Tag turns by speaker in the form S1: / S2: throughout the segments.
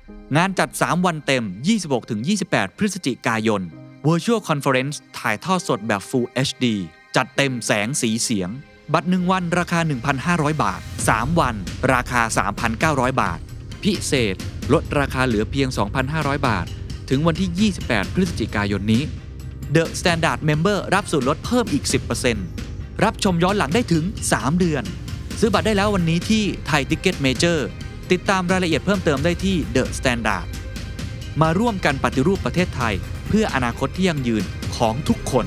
S1: งานจัด 3 วันเต็ม 26-28 พฤศจิกายน Virtual Conference ถ่ายทอดสดแบบ Full HD จัดเต็มแสงสีเสียง บัตร 1 วันราคา 1,500 บาท 3 วัน ราคา 3,900 บาท พิเศษ ลดราคาเหลือเพียง 2,500 บาท ถึงวันที่ 28 พฤศจิกายนนี้ The Standard Member รับส่วนลดเพิ่มอีก 10%รับชมย้อนหลังได้ถึง 3 เดือน ซื้อบัตรได้แล้ววันนี้ที่ Thai Ticket Major ติดตามรายละเอียดเพิ่มเติมได้ที่ The Standard มาร่วมกันปฏิรูปประเทศไทย เพื่ออนาคตที่ยั่งยืนของทุกคน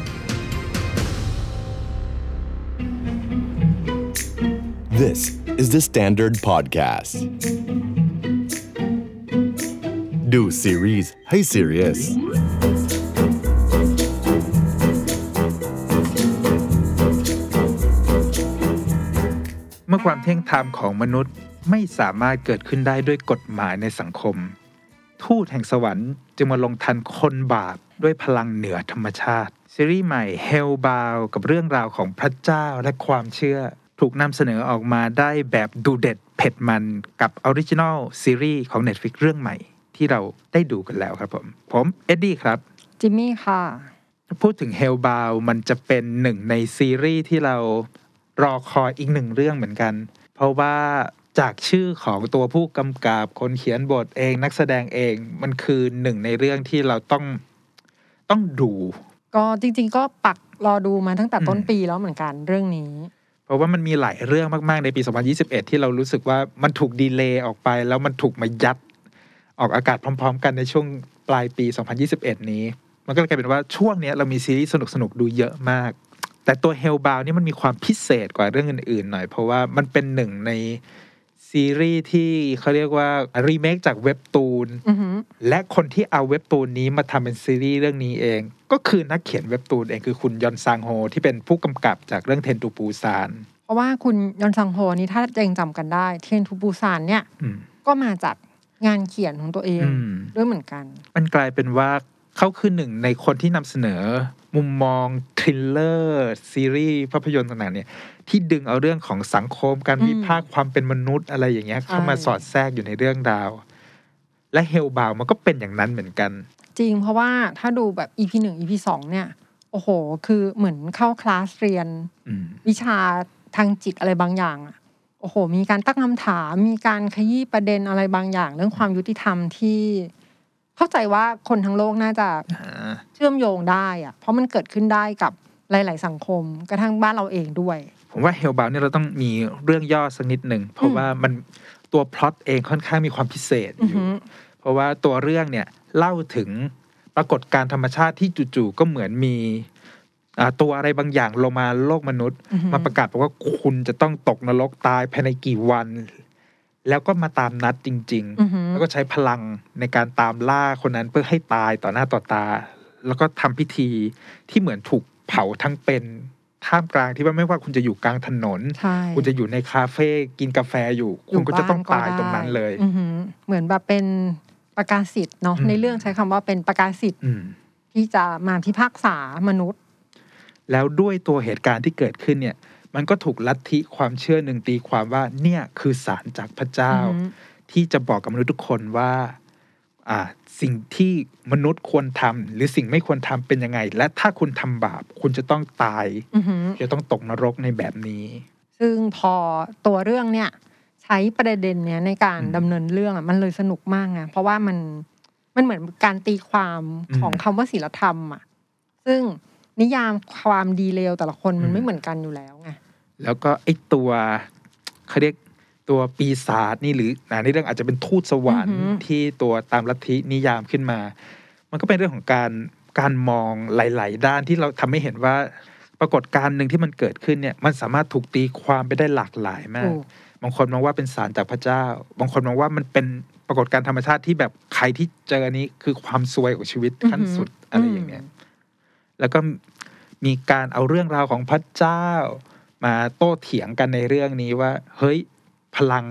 S2: This is the Standard Podcast. Do series Hey serious.
S3: Thank you.
S4: เมื่อความเที่ยงธรรมของมนุษย์ไม่สามารถเกิดขึ้นได้ด้วยกฎหมายในสังคม ทูตแห่งสวรรค์จึงมาลงทันคนบาปด้วยพลังเหนือธรรมชาติ ซีรีส์ใหม่ Hellbound กับเรื่องราวของพระเจ้าและความเชื่อ ถูกนำเสนอออกมาได้แบบดูเด็ดเผ็ดมันกับออริจิน l ลซีรีส์ของ Netflix เรื่องใหม่ ที่เราได้ดูกันแล้วครับผม ผมเอ็ดดี้ครับ
S5: จิมมี่ค่ะ
S4: ถ้าพูดถึง Hellbound มันจะเป็นหนึ่งในซีรีส์ที่เรารอคอยอีกหนึ่งเรื่องเหมือนกัน เพราะว่าจากชื่อของตัวผู้กำกับคนเขียนบทเองนักแสดงเองมันคือหนึ่งในเรื่องที่เราต้องต้องดู
S5: ก็จริงๆ ก็ปักรอดูมาตั้งแต่ต้น
S4: อืม
S5: ปีแล้วเหมือนกันเรื่องนี้
S4: เพราะว่ามันมีหลายเรื่องมาก ๆ ในปี 2021 ที่เรารู้สึกว่ามันถูกดีเลย์ออกไป แล้วมันถูกมายัด ออกอากาศพร้อม ๆ กันในช่วงปลายปี 2021 นี้ มันก็เลยกลายเป็นว่าช่วงเนี้ยเรามีซีรีส์สนุก ๆ ดูเยอะมาก แต่ตัว Hellbound เนี่ยมันมีความพิเศษกว่าเรื่องอื่น ๆ หน่อย เพราะว่ามันเป็นหนึ่งในซีรีส์ที่เขาเรียกว่ารีเมคจากเว็บตูน
S5: อือหือ
S4: และคนที่เอาเว็บตูนนี้มาทำเป็นซีรีส์เรื่องนี้เอง ก็คือนักเขียนเว็บตูนเองคือคุณยอนซางโฮที่เป็นผู้กำกับจากเรื่องเทนตูปูซาน
S5: เพราะว่าคุณยอนซังโฮนี่ถ้าเจงจำกันได้ เทียนทูปูซานเนี่ย
S4: อืม
S5: ก็มาจากงานเขียนของตัวเอง
S4: อืม
S5: ด้วยเหมือนกัน
S4: มันกลายเป็นว่าเขาคือหนึ่งในคนที่นำเสนอ มุมมองทริลเลอร์ซีรีส์ภาพยนตร์ต่างๆเนี่ยที่ดึงเอาเรื่องของสังคมการ
S5: อืม
S4: วิพากษ์ความเป็นมนุษย์อะไรอย่างเงี้ยเข้ามา
S5: ใช่
S4: สอดแทรกอยู่ในเรื่องราว และเฮลบาวมันก็เป็นอย่างนั้นเหมือนกัน
S5: จริงเพราะว่าถ้าดูแบบ EP หนึ่ง EP สองเนี่ย โอ้โห คือเหมือนเข้าคลาสเรียน
S4: อืม
S5: วิชาทางจิตอะไรบางอย่างอะโอ้โห มีการตั้งคำถาม มีการขยี้ประเด็นอะไรบางอย่าง เรื่องความยุติธรรมที่ เข้าใจว่าคนทั้งโลกน่าจะเชื่อมโยงได้อะเพราะมันเกิดขึ้นได้กับหลาย ๆ สังคม กระทั่งบ้านเราเองด้วย
S4: ผมว่าเฮลบาวเนี่ยเราต้องมีเรื่องย่อสักนิดหนึ่งเพราะว่ามันตัวพล็อตเองค่อนข้างมีความพิเศษ
S5: อือ
S4: อยู่
S5: หือ
S4: เพราะว่าตัวเรื่องเนี่ยเล่าถึงปรากฏการณ์ธรรมชาติที่จู่ๆก็เหมือนมีอ่าตัวอะไรบางอย่างลงมาโลกมนุษย์
S5: อือหือ
S4: มาประกาศบอกว่าคุณจะต้องตกนรกตายภายในกี่วัน แล้วก็มาตามนัดจริง
S5: อือหือ
S4: ๆ แล้วก็ใช้พลังในการตามล่าคนนั้นเพื่อให้ตายต่อหน้าต่อตา แล้วก็ทำพิธีที่เหมือนถูกเผาทั้งเป็นท่ามกลางที่ว่าไม่ว่าคุณจะอยู่กลางถนน
S5: ใช่
S4: คุณจะอยู่ในคาเฟ่กินกาแฟอยู่ คุณก็จะต้องตายตรงนั้นเลย
S5: อือหือเหมือนแบบเป็นประกาศสิทธิ์เนาะ
S4: อืม
S5: ในเรื่องใช้คำว่าเป็นประกาศสิทธิ์
S4: อืม
S5: ที่จะมาพิพากษามนุษย์
S4: แล้วด้วยตัวเหตุการณ์ที่เกิดขึ้นเนี่ย มันก็ถูกลัทธิความเชื่อหนึ่งตีความว่าเนี่ยคือสารจากพระเจ้า
S5: อืม
S4: ที่จะบอกกับมนุษย์ทุกคนว่า อ่า สิ่งที่มนุษย์ควรทำหรือสิ่งไม่ควรทำเป็นยังไง และถ้าคุณทำบาป คุณจะต้องตาย
S5: อือหือ
S4: จะต้องตกนรกในแบบนี้
S5: ซึ่งพอตัวเรื่องเนี่ย ใช้ประเด็นเนี้ยในการ
S4: อืม
S5: ดำเนินเรื่องอะมันเลยสนุกมากไงเพราะว่ามันมันเหมือนการตีความ
S4: อืม
S5: ของคำว่าศีลธรรมอ่ะซึ่งนิยามความดีเลวแต่ละคนมั
S4: อื
S5: น
S4: ม
S5: ไม่เหมือนกันอยู่แล้วไง
S4: แล้วก็ไอ้ตัวเขาเรียกตัวปีศาจนี่หรืออ่าในเรื่องอาจจะเป็นทูตสวรรค์ที่ตัวตามลัทธินิยามขึ้นมา มันก็เป็นเรื่องของการการมองหลาย ๆ ด้านที่เราทำให้เห็นว่า ปรากฏการณ์หนึ่งที่มันเกิดขึ้นเนี่ยมันสามารถถูกตีความไปได้หลากหลายมาก
S5: ถูก
S4: บางคนมองว่าเป็นสารจากพระเจ้า บางคนมองว่ามันเป็นปรากฏการณ์ธรรมชาติที่แบบใครที่เจออันนี้คือความซวยของชีวิตขั้นสุดอะไรอย่างเงี้ย แล้วก็มีการเอาเรื่องราวของพระเจ้า มาโต้เถียงกันในเรื่องนี้ว่า เฮ้ยพลัง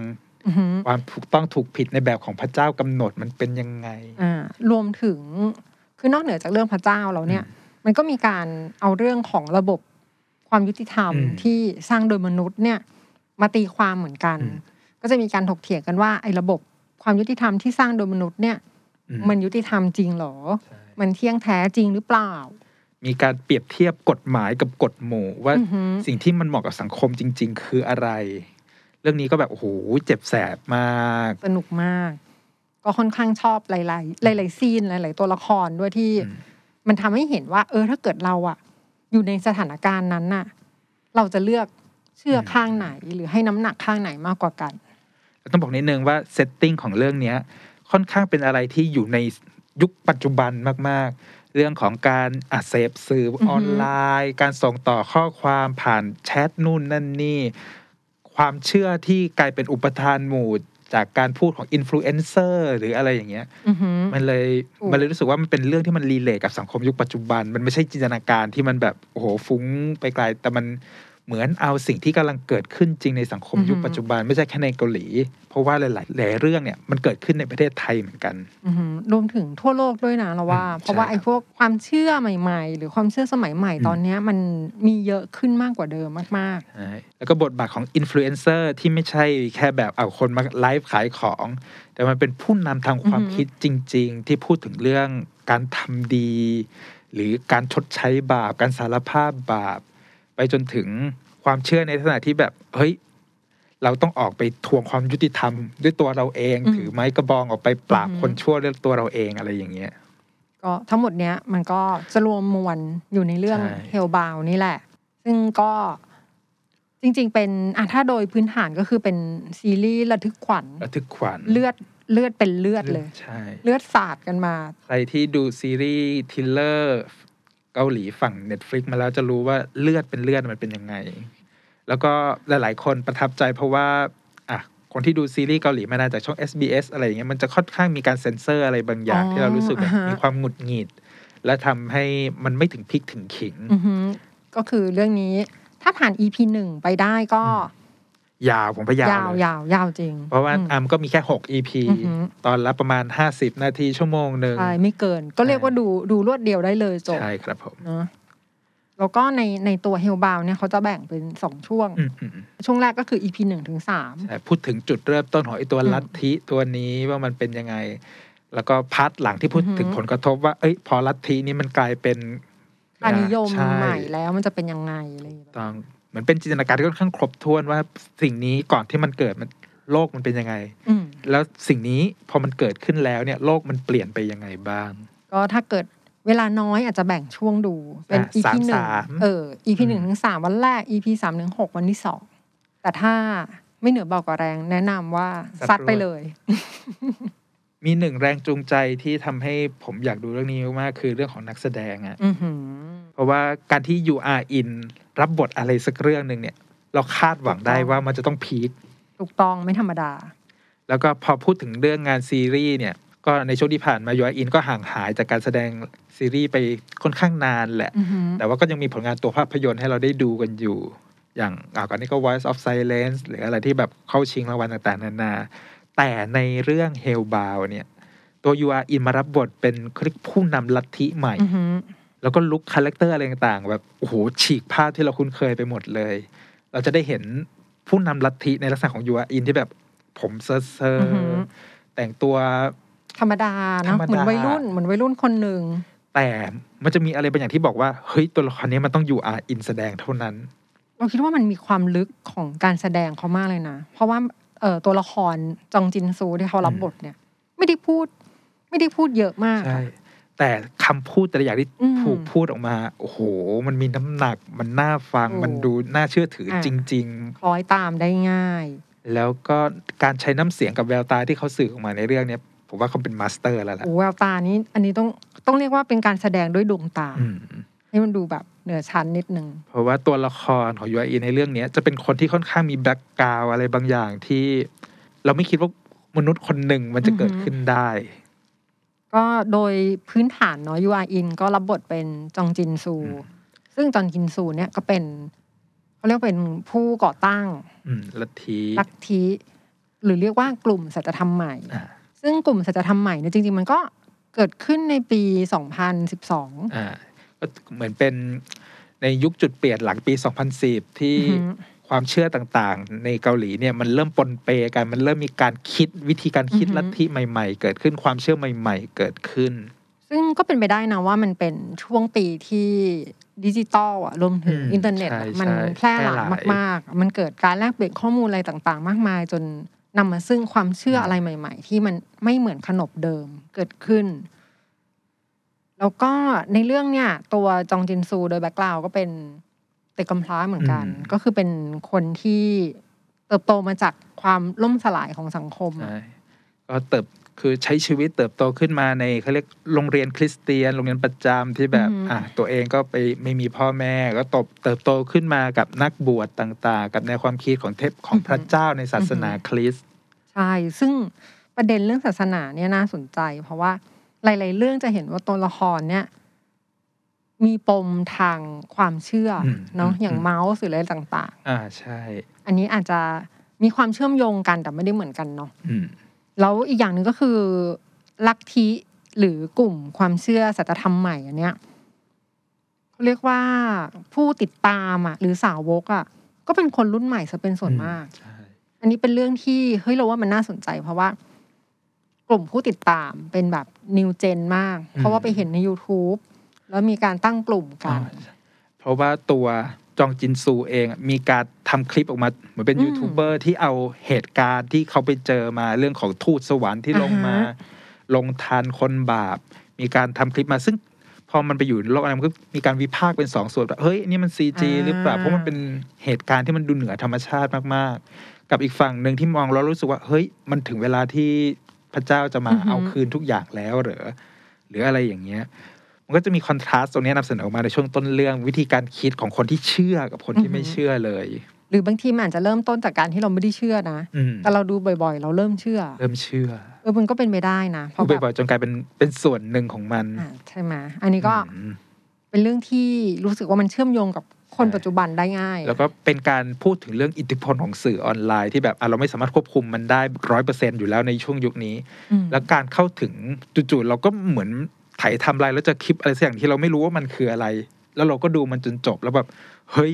S5: อือหือ
S4: ความถูกต้องถูกผิดในแบบของพระเจ้ากำหนดมันเป็นยังไง
S5: อ่ารวมถึงคือนอกเหนือจากเรื่องพระเจ้าแล้วเนี่ย มันก็มีการเอาเรื่องของระบบความยุติธรรม
S4: อืม
S5: ที่สร้างโดยมนุษย์เนี่ยมาตีความเหมือนกัน
S4: อืม
S5: ก็จะมีการถกเถียงกันว่าไอ้ระบบความยุติธรรมที่สร้างโดยมนุษย์เนี่ย
S4: อื
S5: มันยุติธรรมจริงเหรอ มันเที่ยงแท้จริงหรือเปล่า
S4: มีการเปรียบเทียบกฎหมายกับกฎหมู่ว่า
S5: อือฮึ
S4: สิ่งที่มันเหมาะกับสังคมจริง ๆ คืออะไร เรื่องนี้ก็แบบโอ้โหเจ็บแสบมาก
S5: สนุกมาก ก็ค่อนข้างชอบหลาย ๆ หลาย ๆ ซีน หลาย ๆ ตัวละครด้วยที่
S4: อืม
S5: มันทำให้เห็นว่า เออถ้าเกิดเราอะอยู่ในสถานการณ์นั้นน่ะ เราจะเลือกเชื่อข้างไหน หรือให้น้ำหนักข้างไหนมากกว่ากัน
S4: แล้วต้องบอกนิดนึงว่าเซตติ้งของเรื่องเนี้ยค่อนข้างเป็นอะไรที่อยู่ในยุคปัจจุบันมาก ๆ เรื่องของการอัดเสพสื่ออ
S5: อฮึ
S4: ออนไลน์ การส่งต่อข้อความผ่านแชทนู่นนั่นนี่ ความเชื่อที่กลายเป็นอุปทานหมู่จากการพูดของอินฟลูเอนเซอร์หรืออะไรอย่างเงี้ย
S5: อือหือ
S4: มันเลย
S5: ถูก
S4: มันเลยรู้สึกว่ามันเป็นเรื่องที่มันรีเลทกับสังคมยุคปัจจุบัน มันไม่ใช่จินตนาการที่มันแบบโอ้โหฟุ้งไปไกล แต่มันเหมือนเอาสิ่งที่กำลังเกิดขึ้นจริงในสังคมยุคปัจจุบัน ไม่ใช่แค่ในเกาหลี เพราะว่าหลายๆหลายเรื่องเนี่ยมันเกิดขึ้นในประเทศไทยเหมือนกัน
S5: อือหือรวมถึงทั่วโลกด้วยนะเราว่า
S4: อืม
S5: เพราะว่า
S4: ใช่ครับ
S5: ไอ้พวกความเชื่อใหม่ ๆ หรือความเชื่อสมัยใหม่
S4: อืม
S5: ตอนเนี้ย มันมีเยอะขึ้นมากกว่าเดิมมาก
S4: ใช่แล้วก็บทบาทของอินฟลูเอนเซอร์ที่ไม่ใช่แค่แบบเอาคนมาไลฟ์ขายของ แต่มันเป็นผู้นำทางความ
S5: อือหือ
S4: คิดจริง ๆ ที่พูดถึงเรื่องการทำดี หรือการชดใช้บาป การสารภาพบาป ไปจนถึงความเชื่อในขณะที่แบบ เฮ้ย เราต้องออกไปทวงความยุติธรรม ด้วยตัวเราเอง
S5: อืม
S4: ถือไม้กระบองออกไปปราบ
S5: อือหือ
S4: คนชั่วด้วยตัวเราเองอะไรอย่างเงี้ย
S5: ๆ ก็ทั้งหมดเนี้ย มันก็จะรวมมวลอยู่ในเรื่อง
S4: ใช่
S5: เฮลบาวนี่แหละ ซึ่งก็จริง ๆ เป็นอ่ะถ้าโดยพื้นฐานก็คือเป็นซีรีส์ระทึกขวัญ
S4: ระทึกขวัญ
S5: เลือดเลือดเป็นเลือดเลย
S4: ใช่
S5: เลือดสาดกันมา
S4: ใครที่ดูซีรีส์ทริลเลอร์เกาหลีฝั่ง Netflix มาแล้วจะรู้ว่าเลือดเป็นเลือดมันเป็นยังไง แล้วก็หลายๆ คนประทับใจเพราะว่าอ่ะคนที่ดูซีรีส์เกาหลีมานานจากช่อง SBS อะไรอย่างเงี้ยมันจะค่อนข้างมีการเซ็นเซอร์อะไรบางอย่าง
S5: อ๋อ
S4: ที่เรารู้สึกแบบ
S5: อ่าฮะ
S4: มีความหงุดหงิด และทำให้มันไม่ถึงพริกถึงขิง
S5: อือหือก็คือเรื่องนี้ถ้าผ่าน EP หนึ่งไปได้ก็
S4: ยาวผมพยายาย
S5: าว ว
S4: เลย
S5: ยาวยาวจริง
S4: เพราะว่า
S5: อืม
S4: อัมก็มีแค่ 6 EP
S5: อือหือ
S4: ตอนละประมาณ 50 นาทีชั่วโมงหนึ่ง
S5: ใช่ไม่เกิน ก็เรียกว่าดูดูรวดเดียวได้เลยจบ
S4: ใช่ครับผม
S5: เนาะแล้วก็ในในตัวเฮลบาวเนี่ยเขาจะแบ่งเป็นสองช่วง
S4: อืมอืมอืม
S5: ช่วงแรกก็คือ EP หนึ่งถึงสาม
S4: ใช่พูดถึงจุดเริ่มต้นของไอ้ตัว
S5: อืม
S4: ลัทธิตัวนี้ว่ามันเป็นยังไง แล้วก็พาร์ทหลังที่พูด
S5: อือหือ
S4: ถึงผลกระทบว่า เอ้ย พอลัทธินี้มันกลายเป็น
S5: ค่านิยม
S4: ช่
S5: ใหม่แล้วมันจะเป็นยังไงอะไรอย่างเงี้ย
S4: ต้องเหมือนเป็นจินตนาการที่ค่อนข้างครบถ้วนว่าสิ่งนี้ก่อนที่มันเกิดมันโลกมันเป็นยังไง
S5: อืม
S4: แล้วสิ่งนี้พอมันเกิดขึ้นแล้วเนี่ยโลกมันเปลี่ยนไปยังไงบ้าง
S5: ก็ถ้าเกิดเวลาน้อยอาจจะแบ่งช่วงดูเป็น
S4: อ่ะ
S5: EP
S4: สาม
S5: หนึ่ง
S4: สาม
S5: เออ EP
S4: อืม
S5: หนึ่งถึงสามวันแรก EP สามถึงหกวันที่สองแต่ถ้าไม่เหนือเบากว่าแรงแนะนำว่าซัดไปเลย
S4: มีหนึ่งแรงจูงใจที่ทำให้ผมอยากดูเรื่องนี้มากๆคือเรื่องของนักแสดงอะ
S5: อือหือ
S4: เพราะว่าการที่ you are in รับบทอะไรสักเรื่องหนึ่งเนี่ย เราคาดหวังได้ว่ามันจะต้องพีค
S5: ถูกต้องไม่ธรรมดา
S4: แล้วก็พอพูดถึงเรื่องงานซีรีส์เนี่ย ก็ในช่วงที่ผ่านมา you are in ก็ห่างหายจากการแสดงซีรีส์ไปค่อนข้างนานแหละ
S5: อือหือ
S4: แต่ว่าก็ยังมีผลงานตัวภาพยนตร์ให้เราได้ดูกันอยู่ อย่างอ่าก่อนนี้ก็ Voice of Silence หรืออะไรที่แบบเข้าชิงรางวัลต่างๆ นานา แต่ในเรื่อง Hellbound เนี่ย ตัว UR อินมารับบทเป็นคลิกผู้นำลัทธิใหม่
S5: อือหือ
S4: แล้วก็ลุกคาแรคเตอร์อะไรต่างๆ แบบโอ้โหฉีกภาพที่เราคุ้นเคยไปหมดเลย เราจะได้เห็นผู้นำลัทธิในลักษณะของยูอาอินที่แบบผมเซอร์เซอ
S5: อือ
S4: ร์
S5: หือ
S4: แต่งตัว
S5: ธรรมดาเนอะ
S4: ธรรมดา
S5: เหมือนวัยรุ่นเหมือนวัยรุ่นคนหนึ่ง
S4: แต่มันจะมีอะไรบางอย่างที่บอกว่า เฮ้ย ตัวละครนี้มันต้องยูอาอินแสดงเท่านั้น
S5: เราคิดว่ามันมีความลึกของการแสดงเขามากเลยนะ เพราะว่าเอ่อตัวละครจองจินซูที่เขารับ
S4: อืม
S5: บทเนี่ย ไม่ได้พูด ไม่ได้พูดเยอะมาก
S4: ใช่ แต่คำพูดแต่ละอย่างที่
S5: อืม
S4: ถูกพูดออกมา โอ้โห มันมีน้ำหนัก มันน่าฟัง
S5: โอ้
S4: มันดูน่าเชื่อถืออา จริง
S5: คล้อยตามได้ง่าย
S4: ๆ แล้วก็การใช้น้ำเสียงกับแววตาที่เขาสื่อออกมาในเรื่องเนี้ยผมว่าเขาเป็นมาสเตอร์แล้วล่ะ
S5: โอ้แววตานี้ อันนี้ต้องต้องเรียกว่าเป็นการแสดงด้วยดวงตา
S4: อืม
S5: ให้มันดูแบบเหนือชั้นนิดนึง
S4: เพราะว่าตัวละครของยูไอในเรื่องเนี้ยจะเป็นคนที่ค่อนข้างมีแบ็กกราวอะไรบางอย่างที่ เราไม่คิดว่ามนุษย์คนหนึ่งมันจะเกิดขึ้นได้
S5: ก็โดยพื้นฐานเนาะยูอาอินก็รับบทเป็นจองจินซู
S4: อืม
S5: ซึ่งจองจินซูเนี่ยก็เป็นเขาเรียกว่าเป็นผู้ก่อตั้ง
S4: อืมลัทธิ
S5: ลัทธิหรือเรียกว่ากลุ่มสัจธรรมใหม่
S4: อ่า
S5: ซึ่งกลุ่มสัจธรรมใหม่เนี่ยจริงๆ มันก็เกิดขึ้นในปี 2012
S4: อ่าก็เหมือนเป็นในยุคจุดเปลี่ยนหลังปี 2010 ที่
S5: อือหือ
S4: ความเชื่อต่างๆ ในเกาหลีเนี่ยมันเริ่มปนเปกันมันเริ่มมีการคิดวิธีการคิด
S5: อือฮึ
S4: ลัทธิใหม่ๆ เกิดขึ้นความเชื่อใหม่ ๆ เกิดขึ้น
S5: ซึ่งก็เป็นไปได้นะว่ามันเป็นช่วงปีที่ดิจิตอลอะรวมถึง
S4: อืม
S5: อินเทอร์เน็ต
S4: ใช่
S5: อะ
S4: ใช่
S5: มันแพร่หลา
S4: แพร่หลาย
S5: ยมากๆ มันเกิดการแลกเปลี่ยนข้อมูลอะไรต่างๆ มากมาย จนนำมาซึ่งความเชื่อ
S4: ม
S5: อะไรใหม่ ๆ ที่มันไม่เหมือนขนบเดิมเกิดขึ้น แล้วก็ในเรื่องเนี่ย ตัวจองจินซูโดยแบ็กกราวก็เป็นเด็กกำพร้าเหมือนกัน
S4: อืม
S5: ก็คือเป็นคนที่เติบโตมาจากความล่มสลายของสังคมอะ
S4: ใช่ก็เติบคือใช้ชีวิตเติบโตขึ้นมาในเขาเรียกโรงเรียนคริสเตียน โรงเรียนประจำที่แบบ
S5: อือหืออ่
S4: อ่ะตัวเองก็ไปไม่มีพ่อแม่ก็ตบเติบโตขึ้นมากับนักบวชต่างๆ กับแนวความคิดของเทพของพระเจ้าในศาสนาคริสต์
S5: ใช่ ซึ่งประเด็นเรื่องศาสนาเนี่ยน่าสนใจ เพราะว่าหลาย ๆ เรื่องจะเห็นว่าตัวละครเนี่ย มีปมทางความเชื่ออ
S4: ม
S5: เนาะอย่าง
S4: ม
S5: เมาส์หรืออะไรต่าง
S4: อ่าใช่
S5: ๆ อันนี้อาจจะมีความเชื่อมโยงกันแต่ไม่ได้เหมือนกันเนาะ
S4: อืม
S5: แล้วอีกอย่างหนึ่งก็คือ ลัทธิหรือกลุ่มความเชื่อศาสนธรรมใหม่อันเนี้ยเขาเรียกว่าผู้ติดตามอ่ะ หรือสาวกอ่ะก็เป็นคนรุ่นใหม่ซะเป็นส่วนมาก
S4: ใช่
S5: อันนี้เป็นเรื่องที่เฮ้ยเราว่ามันน่าสนใจ เพราะว่า กลุ่มผู้ติดตามเป็นแบบนิวเจนมาก เพราะว่าไปเห็นใน YouTube แล้วมีการตั้งกลุ่มกั
S4: อ่าน เพราะว่าตัวจองจินซูเองมีการทำคลิปออกมาเหมือนเป็น
S5: อืม
S4: ยูทูบเบอร์ที่เอาเหตุการณ์ที่เขาไปเจอมาเรื่องของทูตสวรรค์ที่ลงมา
S5: อ่าฮะ
S4: ลงทานคนบาป มีการทำคลิปมาซึ่งพอมันไปอยู่ในโลกอะไรมันก็มีการวิพากษ์เป็นสองส่วนแบบเฮ้ยอันนี่มันซีจี
S5: อ่า
S4: หรือเปล่า เพราะมันเป็นเหตุการณ์ที่มันดูเหนือธรรมชาติมาก ๆ กับอีกฝั่งหนึ่งที่มองแล้วรู้สึกว่า เฮ้ยมันถึงเวลาที่พระเจ้าจะมาเอาคืนทุกอย่างแล้วเหรอหรืออะไรอย่างเงี้ย มันก็จะมีคอนทราสต์ตรงเนี้ยนำเสนอออกมาในช่วงต้นเรื่องวิธีการคิดของคนที่เชื่อกับคนที่ไม่เชื่อเลย
S5: หรือบางทีมันอาจจะเริ่มต้นจากการที่เราไม่ได้เชื่อนะ
S4: อืม
S5: แต่เราดูบ่อยๆ เราเริ่มเชื่อ
S4: เริ่มเชื่อ
S5: เออมันก็เป็นไปได้นะเพ
S4: พูด
S5: ราะแบบ
S4: บ่อยๆจนกลายเป็นเป็นส่วนหนึ่งของมัน
S5: อ่าใช่ไหมอันนี้ก็
S4: อืม
S5: เป็นเรื่องที่รู้สึกว่ามันเชื่อมโยงกับคน
S4: ใช่
S5: ปัจจุบันได้ง่าย
S4: แล้วก็เป็นการพูดถึงเรื่องอิทธิพลของสื่อออนไลน์ที่แบบอ่ะเราไม่สามารถควบคุมมันได้ร้อยเปอร์เซ็นอยู่แล้วในช่วงยุคนี้
S5: อืม
S4: แล้วการเข้าถึงจู่ๆเราก็เหมือนไถ่ายทำลายแล้วจะคลิปอะไรสักอย่างที่เราไม่รู้ว่ามันคืออะไร แล้วเราก็ดูมันจนจบแล้วแบบเฮ้ย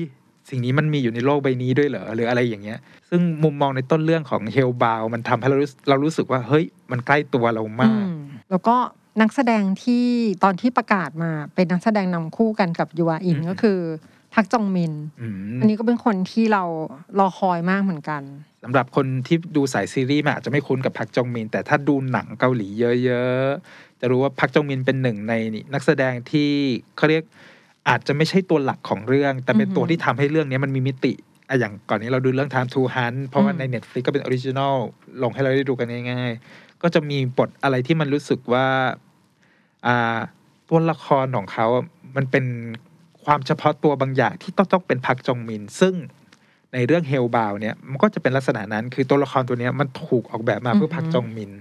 S4: สิ่งนี้มันมีอยู่ในโลกใบนี้ด้วยเหรอหรืออะไรอย่างเงี้ย ซึ่งมุมมองในต้นเรื่องของเฮลบาวมันทำให้เรารู้เรารู้สึกว่าเฮ้ยมันใกล้ตัวเรามาก
S5: อืมแล้วก็นักแสดงที่ตอนที่ประกาศมาเป็นนักแสดงนำคู่กันกับยูอาอิน
S4: อืม
S5: ก็คือพักจองมิน
S4: อืม
S5: อันนี้ก็เป็นคนที่เรารอคอยมากเหมือนกัน
S4: สำหรับคนที่ดูสายซีรีส์มาอาจจะไม่คุ้นกับพักจองมิน แต่ถ้าดูหนังเกาหลีเยอะๆจะรู้ว่าพักจองมินเป็นหนึ่งในนักแสดงที่เขาเรียกอาจจะไม่ใช่ตัวหลักของเรื่อง แต่เป็น
S5: อือหือ
S4: ตัวที่ทำให้เรื่องนี้มันมีมิติอะอย่างก่อนนี้เราดูเรื่อง Time to Hunt เพราะว่าใน Netflix ก็เป็นออริจินอลลงให้เราได้ดูกันง่ายๆ ก็จะมีบทอะไรที่มันรู้สึกว่าอ่าตัวละครของเขาอะมันเป็นความเฉพาะตัวบางอย่างที่ต้องต้องเป็นพักจองมิน ซึ่งในเรื่องเฮลบาวเนี่ยมันก็จะเป็นลักษณะนั้น คือตัวละครตัวเนี้ยมันถูกออกแบบมาเพื่อพักจองมิน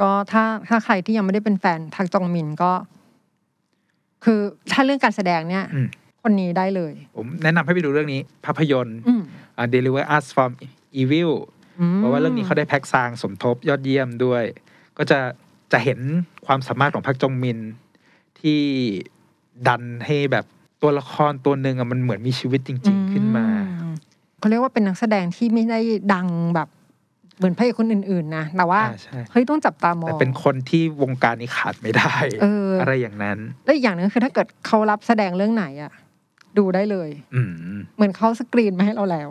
S5: ก็ถ้าถ้าใครที่ยังไม่ได้เป็นแฟนพักจองมินก็ คือถ้าเรื่องการแสดงเนี่ย
S4: อืม
S5: คนนี้ได้เลย
S4: ผมแนะนำให้ไปดูเรื่องนี้ ภาพยนตร์
S5: อืม
S4: อ่า Deliver Us from Evil
S5: อืม
S4: เพราะว่าเรื่องนี้เขาได้แพ็กซางสมทบยอดเยี่ยมด้วย ก็จะ จะเห็นความสามารถของพักจงมินที่ดันให้แบบตัวละครตัวหนึ่งอะมันเหมือนมีชีวิตจริง ๆ ขึ้นมา
S5: อืมเขาเรียกว่าเป็นนักแสดงที่ไม่ได้ดังแบบเหมือนพระเอกคนอื่น ๆ นะ แต่ว่า
S4: อ่าใช่
S5: เฮ้ยต้องจับตามอง
S4: แต่เป็นคนที่วงการนี้ขาดไม่ได้
S5: เอออ
S4: อะไรอย่างนั้น
S5: และอีกอย่างหนึ่งคือถ้าเกิดเขารับแสดงเรื่องไหนอะดูได้เลย
S4: อืม
S5: เหมือนเขาสกรีนมาให้เราแล้ว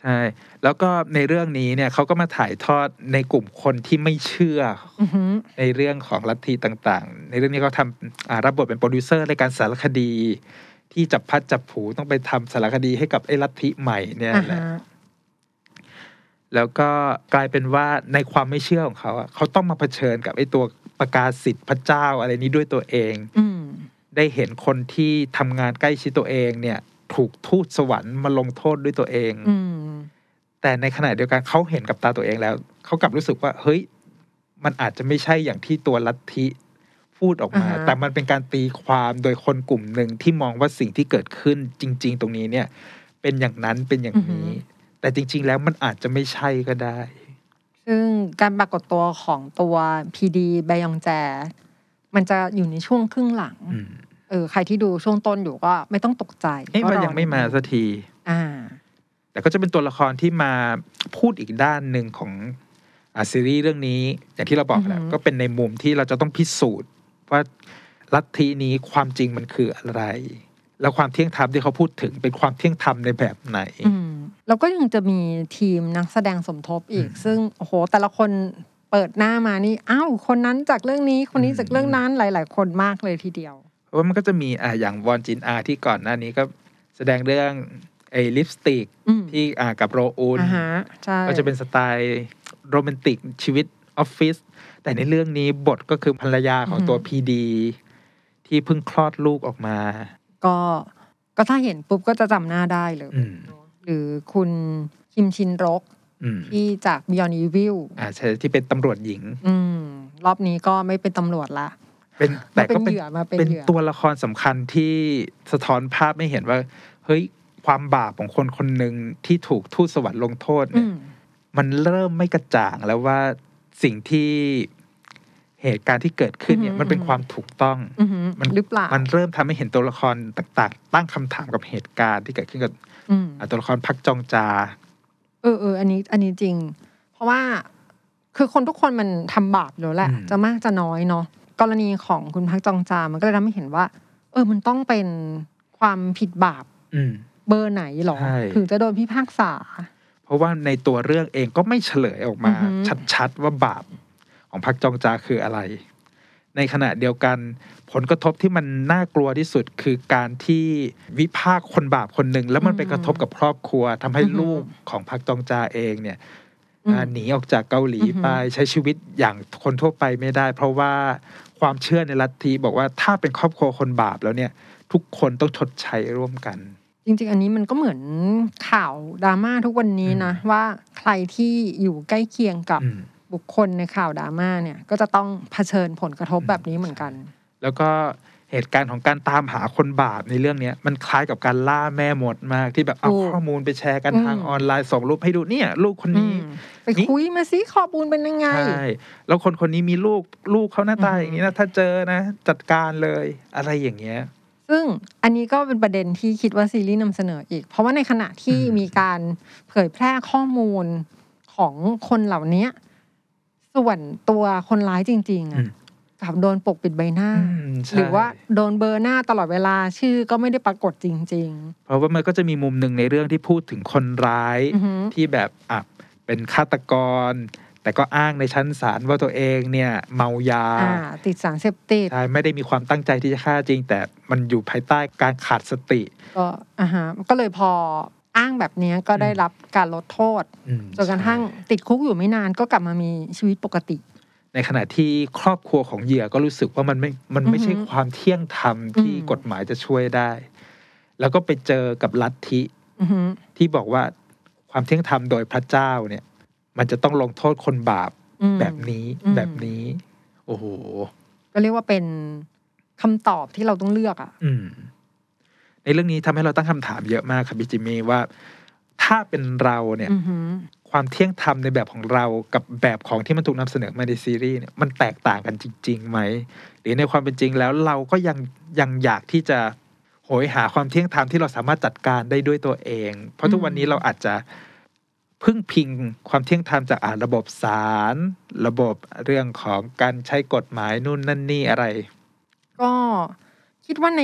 S4: ใช่ แล้วก็ในเรื่องนี้เนี่ยเขาก็มาถ่ายทอดในกลุ่มคนที่ไม่เชื่อ
S5: อือหือ
S4: ในเรื่องของลัทธิต่างๆ ในเรื่องนี้เขาทำอ่ารับบทเป็นโปรดิวเซอร์รายการสารคดี ที่จับพัดจับผูต้องไปทำสารคดีให้กับไอ้ลัทธิใหม่เนี่ย
S5: อ่า
S4: แหละ
S5: ฮะ
S4: แล้วก็กลายเป็นว่าในความไม่เชื่อของเขาอะเขาต้องมาเผชิญกับไอ้ตัวประกาศสิทธิ์พระเจ้าอะไรนี้ด้วยตัวเอง
S5: อืม
S4: ได้เห็นคนที่ทำงานใกล้ชิดตัวเองเนี่ย ถูกทูตสวรรค์มาลงโทษด้วยตัวเอง
S5: อืม
S4: แต่ในขณะเดียวกันเขาเห็นกับตาตัวเองแล้ว เขากลับรู้สึกว่า เฮ้ย มันอาจจะไม่ใช่อย่างที่ตัวลัทธิพูดออกมา
S5: อ่าฮะ
S4: แต่มันเป็นการตีความโดยคนกลุ่มหนึ่งที่มองว่าสิ่งที่เกิดขึ้นจริง ๆ ตรงนี้เนี่ย เป็นอย่างนั้นเป็นอย่างนี้ แต่จริง ๆ แล้วมันอาจจะไม่ใช่ก็ได้
S5: ซึ่งการปรากฏตัวของตัวพีดีบยองแจ มันจะอยู่ในช่วงครึ่งหลัง
S4: อืม
S5: เออ ใครที่ดูช่วงต้นอยู่ก็ไม่ต้องตกใจ
S4: เอ๊ะ
S5: ก็
S4: มัน
S5: รอ
S4: ยังไม่มาสักที
S5: อ่า
S4: แต่ก็จะเป็นตัวละครที่มาพูดอีกด้านหนึ่งของอาซีรีส์เรื่องนี้ อย่างที่เราบอกแหล้ว
S5: อือหือ
S4: ก็เป็นในมุมที่เราจะต้องพิสูจน์ว่าลัทธินี้ความจริงมันคืออะไร แล้วความเที่ยงธรรมที่เขาพูดถึงเป็นความเที่ยงธรรมในแบบไหน
S5: อืม แล้วก็ยังจะมีทีมนักแสดงสมทบอีก ซึ่งโอ้โห แต่ละคนเปิดหน้ามานี่อ้าวคนนั้นจากเรื่องนี้คนนี้จากเรื่องนั้นหลาย ๆ คนมากเลยทีเดียว
S4: เพราะว่ามันก็จะมีอ่าอย่างวอนจินอาที่ก่อนหน้านี้ก็แสดงเรื่องไอ้ลิปสติก
S5: อืม
S4: ที่อ่ากับโรอุน
S5: อ่าฮะใช่
S4: ก็จะเป็นสไตล์โรแมนติกชีวิตออฟฟิศแต่ในเรื่องนี้บทก็คือภรรยาของตัวพีดี ที่เพิ่งคลอดลูกออกมา
S5: ก็ก็ถ้าเห็นปุ๊บก็จะจำหน้าได้เลย
S4: อืม
S5: หรือคุณคิมชินรก
S4: อืม
S5: ที่จาก Beyond Evil
S4: อ่าใช่ที่เป็นตำรวจหญิง
S5: อืม รอบนี้ก็ไม่เป็นตำรวจละ
S4: เป็นแต่ก็เป็น
S5: มาเป็นเหยื่อมาเป็น
S4: เป็น
S5: เหยื่อ
S4: ตัวละครสำคัญที่สะท้อนภาพไม่เห็นว่า เฮ้ย ความบาปของคนคนหนึ่งที่ถูกทูตสวรรค์ลงโทษ
S5: อื
S4: เนี่ย
S5: ม
S4: มันเริ่มไม่กระจ่างแล้วว่าสิ่งที่เหตุการณ์ที่เกิดขึ้นเนี่ย
S5: อือหือ
S4: มันเป็นความถูกต้อง
S5: อือหือ
S4: มัน
S5: หรือเปล่า
S4: มันเริ่มทำให้เห็นตัวละครต่าง ๆ ตั้งคำถามกับเหตุการณ์ที่เกิดขึ้นกับ
S5: อืม
S4: อ่าตัวละครพักจองจา
S5: เออเอออันนี้อันนี้จริง เพราะว่าคือคนทุกคนมันทำบาปอยู่แล้วแหละ
S4: อืม
S5: จะมากจะน้อยเนาะกรณีของคุณพักจองจามันก็เลยทำให้เห็นว่า เออมันต้องเป็นความผิดบาป
S4: อืม
S5: เบอร์ไหนหรอ
S4: ใช่
S5: ถึงจะโดนพิพากษา
S4: เพราะว่าในตัวเรื่องเองก็ไม่เฉลยออกมา
S5: อือหือ
S4: ชัดๆว่าบาปของพักจองจาคืออะไร ในขณะเดียวกัน ผลกระทบที่มันน่ากลัวที่สุดคือการที่วิพากษ์คนบาปคนหนึ่งแล้วมันไปกระทบกับครอบครัวทำให้ลูกของพักจองจาเองเนี่ย
S5: อืม
S4: อ่าหนีออกจากเกาหลี
S5: อือหือ
S4: ไปใช้ชีวิตอย่างคนทั่วไปไม่ได้ เพราะว่าความเชื่อในลัทธิบอกว่าถ้าเป็นครอบครัวคนบาปแล้วเนี่ย ทุกคนต้องชดใช้ร่วมกัน
S5: จริง ๆ อันนี้มันก็เหมือนข่าวดราม่าทุกวันนี้นะว่าใครที่อยู่ใกล้เคียงกับ
S4: อืม
S5: บุคคลในข่าวดราม่าเนี่ย ก็จะต้องเผชิญผลกระทบแบบนี้เหมือนกัน
S4: แล้วก็เหตุการณ์ของการตามหาคนบาปในเรื่องเนี้ยมันคล้ายกับการล่าแม่มดมากที่แบบเอา
S5: ถูก
S4: ข้อมูลไปแชร์กัน
S5: อืม
S4: ทางออนไลน์ส่งรูปให้ดูเนี่ย ลูกคน
S5: อื
S4: นี้
S5: มไป
S4: นี่
S5: คุยมาสิข้อมูลเป็นยังไง
S4: ใช่แล้วคนคนนี้มีลูกลูกเขาหน้าตา
S5: อืม
S4: อย่างนี้นะถ้าเจอนะ จัดการเลยอะไรอย่างเงี้ย
S5: ซึ่งอันนี้ก็เป็นประเด็นที่คิดว่าซีรีส์นำเสนออีก เพราะว่าในขณะที่
S4: อืม
S5: มีการเผยแพร่ข้อมูลของคนเหล่านี้ส่วนตัวคนร้ายจริง ๆอะกลับโดนปกปิดใบหน้า
S4: อืมใช่
S5: หรือว่าโดนเบลอร์หน้าตลอดเวลาชื่อก็ไม่ได้ปรากฏจริง
S4: เพราะว่ามันก็จะมีมุมหนึ่งในเรื่องที่พูดถึงคนร้าย
S5: ๆ อือหือ
S4: ที่แบบอ่ะเป็นฆาตกร แต่ก็อ้างในชั้นศาลว่าตัวเองเนี่ย เมายา
S5: อ่า ติดสารเสพติด
S4: ใช่ไม่ได้มีความตั้งใจที่จะฆ่าจริง แต่มันอยู่ภายใต้การขาดสติ
S5: ก็อ่าฮะก็เลยพออ้างแบบเนี้ยก็ได้รับการลดโทษ
S4: อืม
S5: จนกระทั่งติดคุกอยู่ไม่นานก็กลับมามีชีวิตปกติ
S4: ในขณะที่ครอบครัวของเหยื่อก็รู้สึกว่ามันไม่ มันไม่ใช่
S5: อือหือ
S4: ความเที่ยงธรรมที่
S5: อืม
S4: กฎหมายจะช่วยได้ แล้วก็ไปเจอกับลัทธิ
S5: อือหือ
S4: ที่บอกว่าความเที่ยงธรรมโดยพระเจ้าเนี่ย มันจะต้องลงโทษคนบาป
S5: อืม
S4: แบบนี้
S5: อืม
S4: แบบนี้ โอ้โห
S5: ก็เรียกว่าเป็นคำตอบที่เราต้องเลือกอ่ะ
S4: อืม ในเรื่องนี้ทำให้เราตั้งคำถามเยอะมากครับพี่จิมมี่ว่า ถ้าเป็นเราเนี่ย
S5: อือหือ
S4: ความเที่ยงธรรมในแบบของเรากับแบบของที่มันถูกนำเสนอมาในซีรีส์เนี่ยมันแตกต่างกันจริงๆไหม หรือในความเป็นจริงแล้วเราก็ยังยังอยากที่จะโหยหาความเที่ยงธรรมที่เราสามารถจัดการได้ด้วยตัวเอง เพราะทุกวันนี้เราอาจจะพึ่งพิงความเที่ยงธรรมจากอ่าระบบศาลระบบเรื่องของการใช้กฎหมายนู่นนั่นนี่อะไร
S5: ก็คิดว่าใน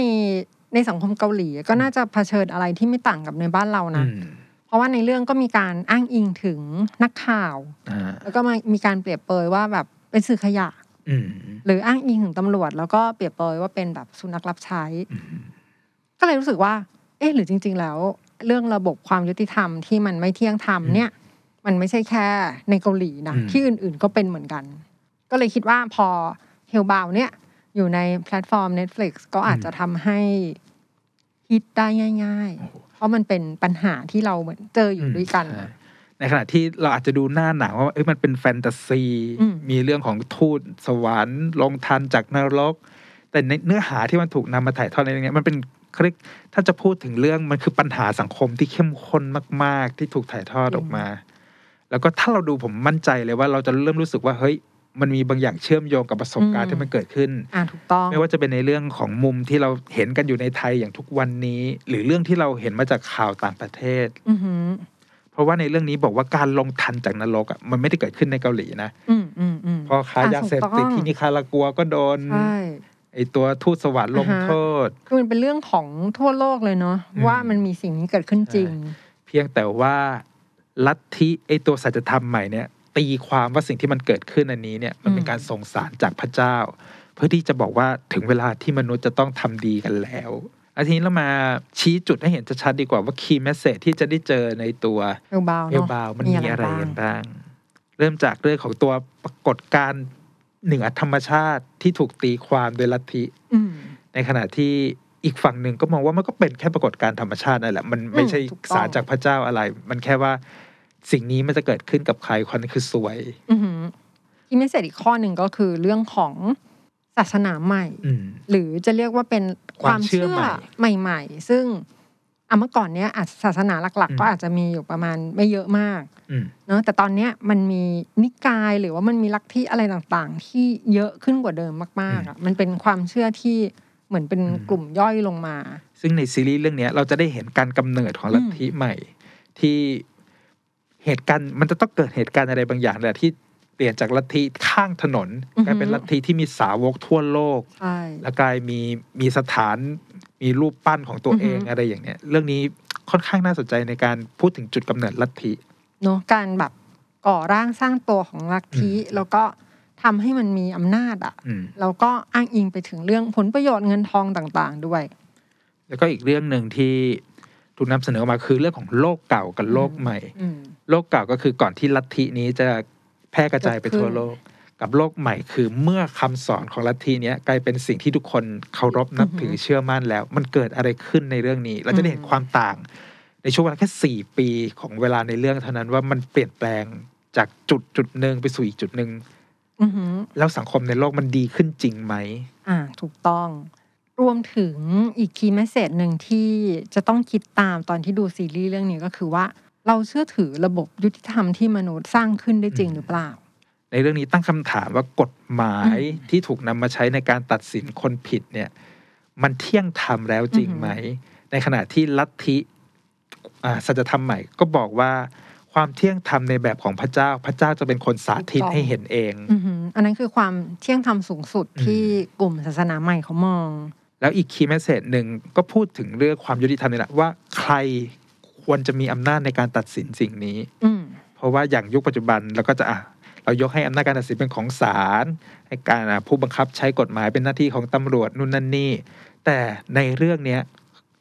S5: ในสังคมเกาหลีก็น่าจะเผชิญอะไรที่ไม่ต่างกับในบ้านเรานะ
S4: อืม
S5: เพราะว่าในเรื่องก็มีการอ้างอิงถึงนักข่าว
S4: อ่า
S5: แล้วก็มามีการเปรียบเปรยว่าแบบเป็นสื่อขยะ
S4: อืม
S5: หรืออ้างอิงถึงตำรวจ แล้วก็เปรียบเปรยว่าเป็นแบบสุนัขรับใช้
S4: อืม
S5: ก็เลยรู้สึกว่า เอ๊ะหรือจริง ๆ แล้ว เรื่องระบบความยุติธรรมที่มันไม่เที่ยงธรรมเนี่ย มันไม่ใช่แค่ในเกาหลีนะ ที่อื่นๆก็เป็นเหมือนกัน ก็เลยคิดว่าพอเฮลบาวเนี่ย อยู่ในแพลตฟอร์ม Netflix ก็อาจจะทำให้ฮิตได้ง่าย ๆ เพราะมันเป็นปัญหาที่เราเหมือนเจออยู่ด้วยกัน
S4: ใช่ในขณะที่เราอาจจะดูหน้าหนังว่าเอ้ยมันเป็นแฟนตาซี
S5: อืม
S4: มีเรื่องของทูตสวรรค์ลงทันจากนรก แต่ในเนื้อหาที่มันถูกนำมาถ่ายทอดในเรื่องเนี้ยมันเป็นคลิกถ้าจะพูดถึงเรื่องมันคือปัญหาสังคมที่เข้มข้นมาก ๆ ที่ถูกถ่ายทอดออกมา แล้วก็ถ้าเราดูผมมั่นใจเลยว่าเราจะเริ่มรู้สึกว่าเฮ้ยมันมีบางอย่างเชื่อมโยงกับประสบการณ์ที่มันเกิดขึ้น
S5: อ่าถูกต้อง
S4: ไม่ว่าจะเป็นในเรื่องของมุมที่เราเห็นกันอยู่ในไทยอย่างทุกวันนี้ หรือเรื่องที่เราเห็นมาจากข่าวต่างประเทศ
S5: อือหือ
S4: เพราะว่าในเรื่องนี้บอกว่าการลงทันจากนรกอะมันไม่ได้เกิดขึ้นในเกาหลีนะ
S5: อืมอืมอืม
S4: เพราะค้ายาเสพติด
S5: อ่ะถูกอง
S4: ที่นิคารากัวก็โดน
S5: ใช่
S4: ไอตัวทูตสวรรค์ลง
S5: อ่าฮะ
S4: โทษ
S5: คือมันเป็นเรื่องของทั่วโลกเลยเนาะ
S4: อืม
S5: ว่ามันมีสิ่งนี้เกิดขึ้นจริง
S4: เพียงแต่ว่าลัทธิไอตัวสัจธรรมใหม่เนี่ย ตีความว่าสิ่งที่มันเกิดขึ้นอันนี้เนี่ยมันเป็น
S5: อืม
S4: การส่งสารจากพระเจ้า เพื่อที่จะบอกว่าถึงเวลาที่มนุษย์จะต้องทำดีกันแล้วอาทีนี้เรามาชี้จุดให้เห็นชัดๆดีกว่าว่าคีย์เมสเซจที่จะได้เจอในตัว
S5: เอลบาว
S4: เอล
S5: เนาะ
S4: บาวมันมีอะไรกันบ้าง เริ่มจากเรื่องของตัวปรากฏการณ์เหนือธรรมชาติที่ถูกตีความโดยลัทธิ
S5: อืม
S4: ในขณะที่อีกฝั่งหนึ่งก็มองว่ามันก็เป็นแค่ปรากฏการณ์ธรรมชาตินั่นแหละ มันไม่ใช่
S5: ถูกต้อง
S4: สารจากพระเจ้าอะไร มันแค่ว่าสิ่งนี้มันจะเกิดขึ้นกับใครคนนั้นคือสวย
S5: อือหือที่ไม่เสร็จอีกข้อหนึ่งก็คือเรื่องของศาสนาใหม่
S4: อืม
S5: หรือจะเรียกว่าเป็นความ
S4: ความเชื่
S5: เชื่
S4: อ
S5: อใหม่ ๆ ซึ่งอ่ะเมื่อก่อนเนี้ยอาจศาสนาหลัก
S4: อืม
S5: ๆ ก็อาจจะมีอยู่ประมาณไม่เยอะมาก
S4: อืม
S5: เนาะแต่ตอนเนี้ยมันมีนิกายหรือว่ามันมีลัทธิอะไรต่างๆ ที่เยอะขึ้นกว่าเดิมมากๆอ่ะมันเป็นความเชื่อที่เหมือนเป็นกลุ่มย่อยลงมา
S4: ซึ่งในซีรีส์เรื่องเนี้ยเราจะได้เห็นการกำเนิดของลัทธิใหม่ ที่เหตุการณ์มันจะต้องเกิดเหตุการณ์อะไรบางอย่างแหละที่เปลี่ยนจากลัทธิข้างถนนกลายเป็น
S5: อือฮึ
S4: ลัทธิที่มีสาวกทั่วโลก
S5: ใช่
S4: แล้วกลายมีมีสถานมีรูปปั้นของตัวเอง
S5: อือฮึ
S4: อะไรอย่างเนี้ย เรื่องนี้ค่อนข้างน่าสนใจในการพูดถึงจุดกำเนิดลัทธิ
S5: เนาะการแบบก่อร่างสร้างตัวของลัทธิ
S4: อืม
S5: แล้วก็ทำให้มันมีอำนาจอะ
S4: อืม
S5: แล้วก็อ้างอิงไปถึงเรื่องผลประโยชน์เงินทองต่างๆ ด้วย
S4: แล้วก็อีกเรื่องหนึ่งที่ถูกนำเสนอออกมาคือเรื่องของโลกเก่ากับโลกใหม่
S5: อืม
S4: โลกเก่าก็คือก่อนที่ลัทธินี้จะแพร่กระจายไปทั่วโลก กับโลกใหม่คือเมื่อคำสอนของลัทธิเนี้ยกลายเป็นสิ่งที่ทุกคนเคารพนับถือ
S5: อือฮึ
S4: เชื่อมั่นแล้ว มันเกิดอะไรขึ้นในเรื่องนี้ เราจะได้เห็น
S5: อืม
S4: ความต่าง ในช่วงเวลาแค่สี่ปีของเวลาในเรื่องเท่านั้นว่ามันเปลี่ยนแปลงจากจุดจุดหนึ่งไปสู่อีกจุดหนึ่ง
S5: อือหือ
S4: แล้วสังคมในโลกมันดีขึ้นจริงไหม
S5: อ่าถูกต้อง รวมถึงอีกคีย์แมสเซจหนึ่งที่จะต้องคิดตามตอนที่ดูซีรีส์เรื่องนี้ก็คือว่า เราเชื่อถือระบบยุติธรรมที่มนุษย์สร้างขึ้นได้จริงหรือเปล่า
S4: ในเรื่องนี้ตั้งคำถามว่ากฎหมายที่ถูกนำมาใช้ในการตัดสินคนผิดเนี่ย มันเที่ยงธรรมแล้วจริงไหม ในขณะที่ลัทธิอ่าสัจธรรมใหม่ก็บอกว่า ความเที่ยงธรรมในแบบของพระเจ้า พระเจ้าจะเป็นคนสาธิต
S5: ถูกต้อง
S4: ให้เห็นเอง
S5: อือหืออันนั้นคือความเที่ยงธรรมสูงสุดที่กลุ่มศาสนาใหม่เขามอง
S4: แล้วอีกคีย์แมสเซจหนึ่งก็พูดถึงเรื่องความยุติธรรมนี่แหละว่าใครควรจะมีอำนาจในการตัดสินสิ่งนี้
S5: อืม
S4: เพราะว่าอย่างยุคปัจจุบันเราก็จะอ่ะเรายกให้อำนาจการตัดสินเป็นของศาลให้การอ่ะผู้บังคับใช้กฎหมายเป็นหน้าที่ของตำรวจนู่นนั่นนี่ แต่ในเรื่องเนี้ย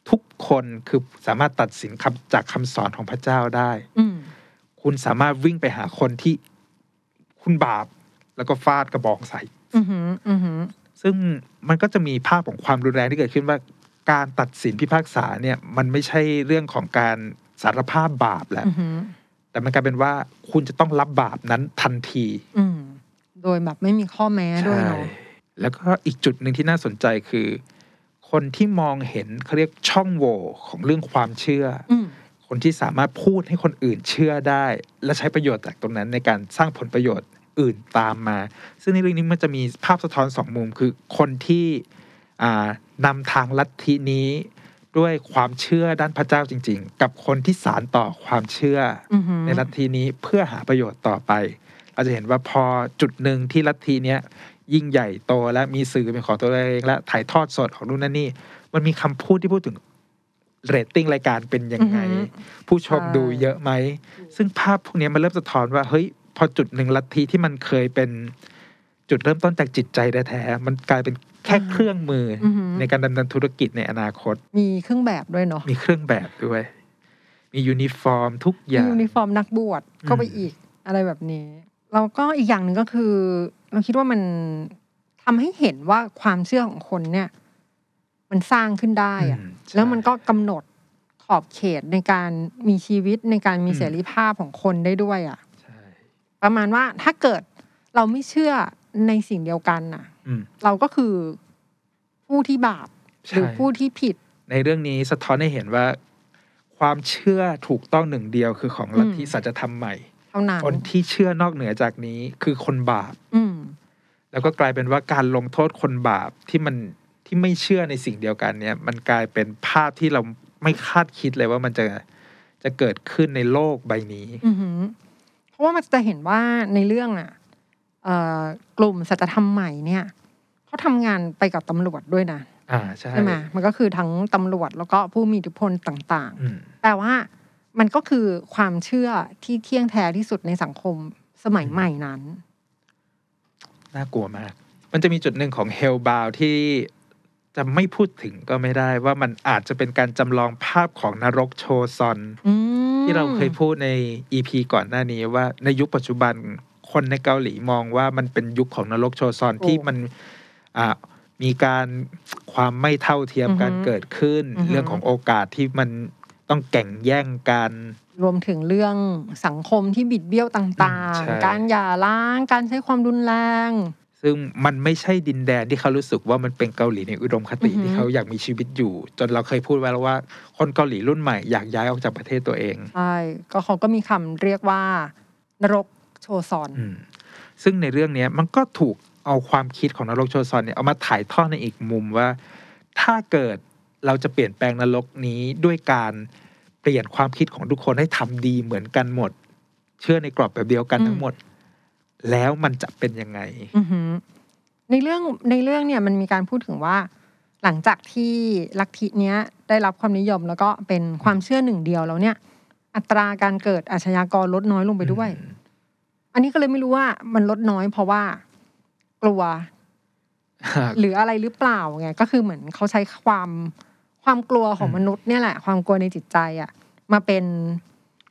S4: ทุกคนคือสามารถตัดสินคำจากคำสอนของพระเจ้าได้
S5: อืม
S4: คุณสามารถวิ่งไปหาคนที่คุณบาปแล้วก็ฟาดกระบองใส่
S5: อือหืออือหือ
S4: ซึ่งมันก็จะมีภาพของความรุนแรงที่เกิดขึ้นว่า การตัดสินพิพากษาเนี่ยมันไม่ใช่เรื่องของการสารภาพบาปแล้ว
S5: อือหือ
S4: แต่มันกลายเป็นว่าคุณจะต้องรับบาปนั้นทันที
S5: อืม โดยแบบไม่มีข้อแม้ด้วยเนาะ
S4: แล้วก็อีกจุดหนึ่งที่น่าสนใจคือ คนที่มองเห็นเขาเรียกช่องโหว่ของเรื่องความเชื่อ
S5: อืม
S4: คนที่สามารถพูดให้คนอื่นเชื่อได้ และใช้ประโยชน์จากตรงนั้นในการสร้างผลประโยชน์อื่นตามมา ซึ่งในเรื่องนี้มันจะมีภาพสะท้อนสองมุมคือคนที่อ่านำทางลัทธินี้ด้วยความเชื่อด้านพระเจ้าจริง ๆ กับคนที่สานต่อความเชื่อ
S5: อือหือ
S4: ในลัทธินี้เพื่อหาประโยชน์ต่อไป เราจะเห็นว่าพอจุดหนึ่งที่ลัทธิเนี้ยยิ่งใหญ่โตและมีสื่อเป็นของตัวเองและถ่ายทอดสดของนู่นนั่นนี่ มันมีคำพูดที่พูดถึงเรตติ้งรายการเป็นยังไง
S5: อือหือ
S4: ผู้ชม
S5: ใช่
S4: ดูเยอะไหม ซึ่งภาพพวกเนี้ยมันเริ่มสะท้อนว่า เฮ้ย พอจุดหนึ่งลัทธิที่มันเคยเป็นจุดเริ่มต้นจากจิตใจแท้ๆมันกลายเป็นแค่เครื่องมืออ
S5: หือ
S4: ในการดำเนินธุรกิจในอนาคต
S5: มีเครื่องแบบด้วยเนาะ
S4: มีเครื่องแบบด้วย มียูนิฟอร์มทุกอย่าง
S5: ยูนิฟอร์มนักบวชเข้าไป
S4: อืม
S5: อีกอะไรแบบนี้ แล้วก็อีกอย่างหนึ่งก็คือ เราคิดว่ามันทำให้เห็นว่าความเชื่อของคนเนี่ย มันสร้างขึ้นได้อะ
S4: อืมใช่
S5: แล้วมันก็กำหนดขอบเขตในการมีชีวิตในการมี
S4: อืม
S5: เสรีภาพของคนได้ด้วยอ่ะ
S4: ใช่
S5: ประมาณว่าถ้าเกิดเราไม่เชื่อในสิ่งเดียวกันน่ะ
S4: อืม
S5: เราก็คือผู้ที่บาปห
S4: ใช่
S5: รือผู้ที่ผิด
S4: ในเรื่องนี้สะท้อนให้เห็นว่า ความเชื่อถูกต้องหนึ่งเดียวคือของลัทธิ
S5: อืม
S4: สัจธรรมใหม่
S5: เท่านั้น
S4: คนที่เชื่อนอกเหนือจากนี้คือคนบาป
S5: อืม
S4: แล้วก็กลายเป็นว่าการลงโทษคนบาปที่มันที่ไม่เชื่อในสิ่งเดียวกันเนี่ย มันกลายเป็นภาพที่เราไม่คาดคิดเลยว่ามันจะจะเกิดขึ้นในโลกใบนี้
S5: อือหือเพราะว่ามันจะเห็นว่าในเรื่องอ่ะเอ่อกลุ่มสัจธรรมใหม่เนี่ยเขาทำงานไปกับตำรวจด้วยนะ
S4: อ่าใช่
S5: ใช่ไหมมันก็คือทั้งตำรวจแล้วก็ผู้มีอิทธิพลต่าง ๆ
S4: อืม
S5: แต่ว่ามันก็คือความเชื่อที่เที่ยงแท้ที่สุดในสังคมสมัยใหม่นั้น
S4: น่ากลัวมาก มันจะมีจุดหนึ่งของเฮลบาวที่จะไม่พูดถึงก็ไม่ได้ว่ามันอาจจะเป็นการจำลองภาพของนรกโชซอน
S5: อืม
S4: ที่เราเคยพูดใน EP ก่อนหน้านี้ว่าในยุคปัจจุบันคนในเกาหลีมองว่ามันเป็นยุคของนรกโชซอนที่มันอ่ามีการความไม่เท่าเทียมกันเกิดขึ้น เรื่องของโอกาสที่มันต้องแข่งแย่งกัน
S5: รวมถึงเรื่องสังคมที่บิดเบี้ยวต่าง
S4: ใช่
S5: ๆ การหย่าร้าง การใช้ความรุนแรง
S4: ซึ่งมันไม่ใช่ดินแดนที่เขารู้สึกว่ามันเป็นเกาหลีในอุดมคติ
S5: อือหือ
S4: ที่เขาอยากมีชีวิตอยู่ จนเราเคยพูดไว้แล้วว่า คนเกาหลีรุ่นใหม่อยากย้ายออกจากประเทศตัวเอง
S5: ใช่ก็เขาก็มีคำเรียกว่า นรกโชซอน
S4: อืมซึ่งในเรื่องเนี้ยมันก็ถูกเอาความคิดของนรกโชซอนเนี่ยเอามาถ่ายทอดในอีกมุมว่า ถ้าเกิดเราจะเปลี่ยนแปลงนรกนี้ด้วยการเปลี่ยนความคิดของทุกคนให้ทำดีเหมือนกันหมด เชื่อในกรอบแบบเดียวกัน
S5: อืม
S4: ทั้งหมด แล้วมันจะเป็นยังไง
S5: อือหือในเรื่องในเรื่องเนี่ยมันมีการพูดถึงว่า หลังจากที่ลัทธิเนี้ยได้รับความนิยมแล้วก็เป็นความเชื่อหนึ่งเดียวแล้วเนี่ย อัตราการเกิดอาชญากรลดน้อยลงไปด้วย อันนี้ก็เลยไม่รู้ว่ามันลดน้อยเพราะว่า กลัว
S4: อืม
S5: หรืออะไรหรือเปล่าไงก็คือเหมือนเขาใช้ความความกลัวของ
S4: อืม
S5: มนุษย์เนี่ยแหละ ความกลัวในจิตใจอะมาเป็น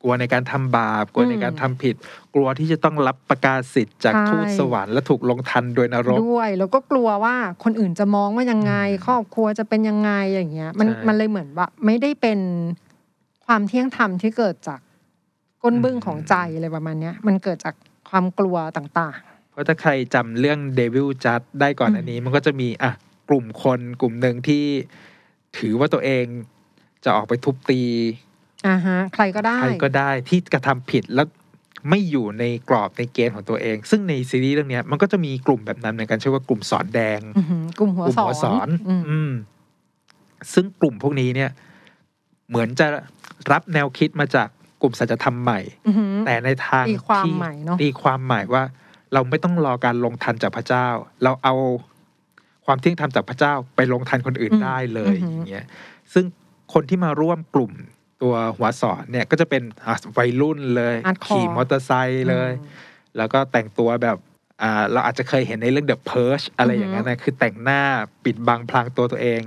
S4: กลัวในการทำบาป กลัวในการทำผิด กลัวที่จะต้องรับประกาศสิทธิ์จาก
S5: ใช่
S4: ทูตสวรรค์และถูกลงทันโดยนรก
S5: ด้วย แล้วก็กลัวว่าคนอื่นจะมองว่ายังไง
S4: อืม
S5: ครอบครัวจะเป็นยังไงอย่างเงี้ย มัน
S4: ใช่
S5: มันเลยเหมือนว่าไม่ได้เป็นความเที่ยงธรรมที่เกิดจากก้นบึ้ง
S4: อืม
S5: ของใจอะไรประมาณเนี้ย มันเกิดจากความกลัวต่าง
S4: เพราะถ้าใครจำเรื่องเดวิลจัดได้ก่อน
S5: อืม
S4: อันนี้ มันก็จะมีอ่ะกลุ่มคนกลุ่มหนึ่งที่ถือว่าตัวเองจะออกไปทุบตี
S5: ๆอ่าฮะ ใครก็ได้
S4: ใครก็ได้ที่กระทำผิดแล้วไม่อยู่ในกรอบในเกณฑ์ของตัวเอง ซึ่งในซีรีส์เรื่องเนี้ยมันก็จะมีกลุ่มแบบนั้นเหมือนกันชื่อว่ากลุ่มสอนแดง
S5: อือหือกลุ่มหัว
S4: กลุ่ม
S5: สอ
S4: หั
S5: น
S4: วสอน
S5: อืม
S4: อืมซึ่งกลุ่มพวกนี้เนี่ย เหมือนจะรับแนวคิดมาจากกลุ่มสัจธรรมใหม่
S5: อือหือ
S4: แต่ในทาง
S5: ตีความ
S4: ที่
S5: ใหม่เนอะ
S4: ตีความใหม่ว่า เราไม่ต้องรอการลงทันจากพระเจ้า เราเอาความเที่ยงธรรมจากพระเจ้าไปลงทันคนอื่นได้เลย
S5: อืม
S4: อย่างเงี้ยซึ่งคนที่มาร่วมกลุ่มตัวหัวสอนเนี่ยก็จะเป็นอ่ะวัยรุ่นเลย
S5: Hardcore
S4: ขี่มอเตอร์ไซค์เลย
S5: อืม
S4: แล้วก็แต่งตัวแบบอ่าเราอาจจะเคยเห็นในเรื่อง The Purge อะไรอย่างนั้นนะคือแต่งหน้าปิดบังพลางตัวตัวเอง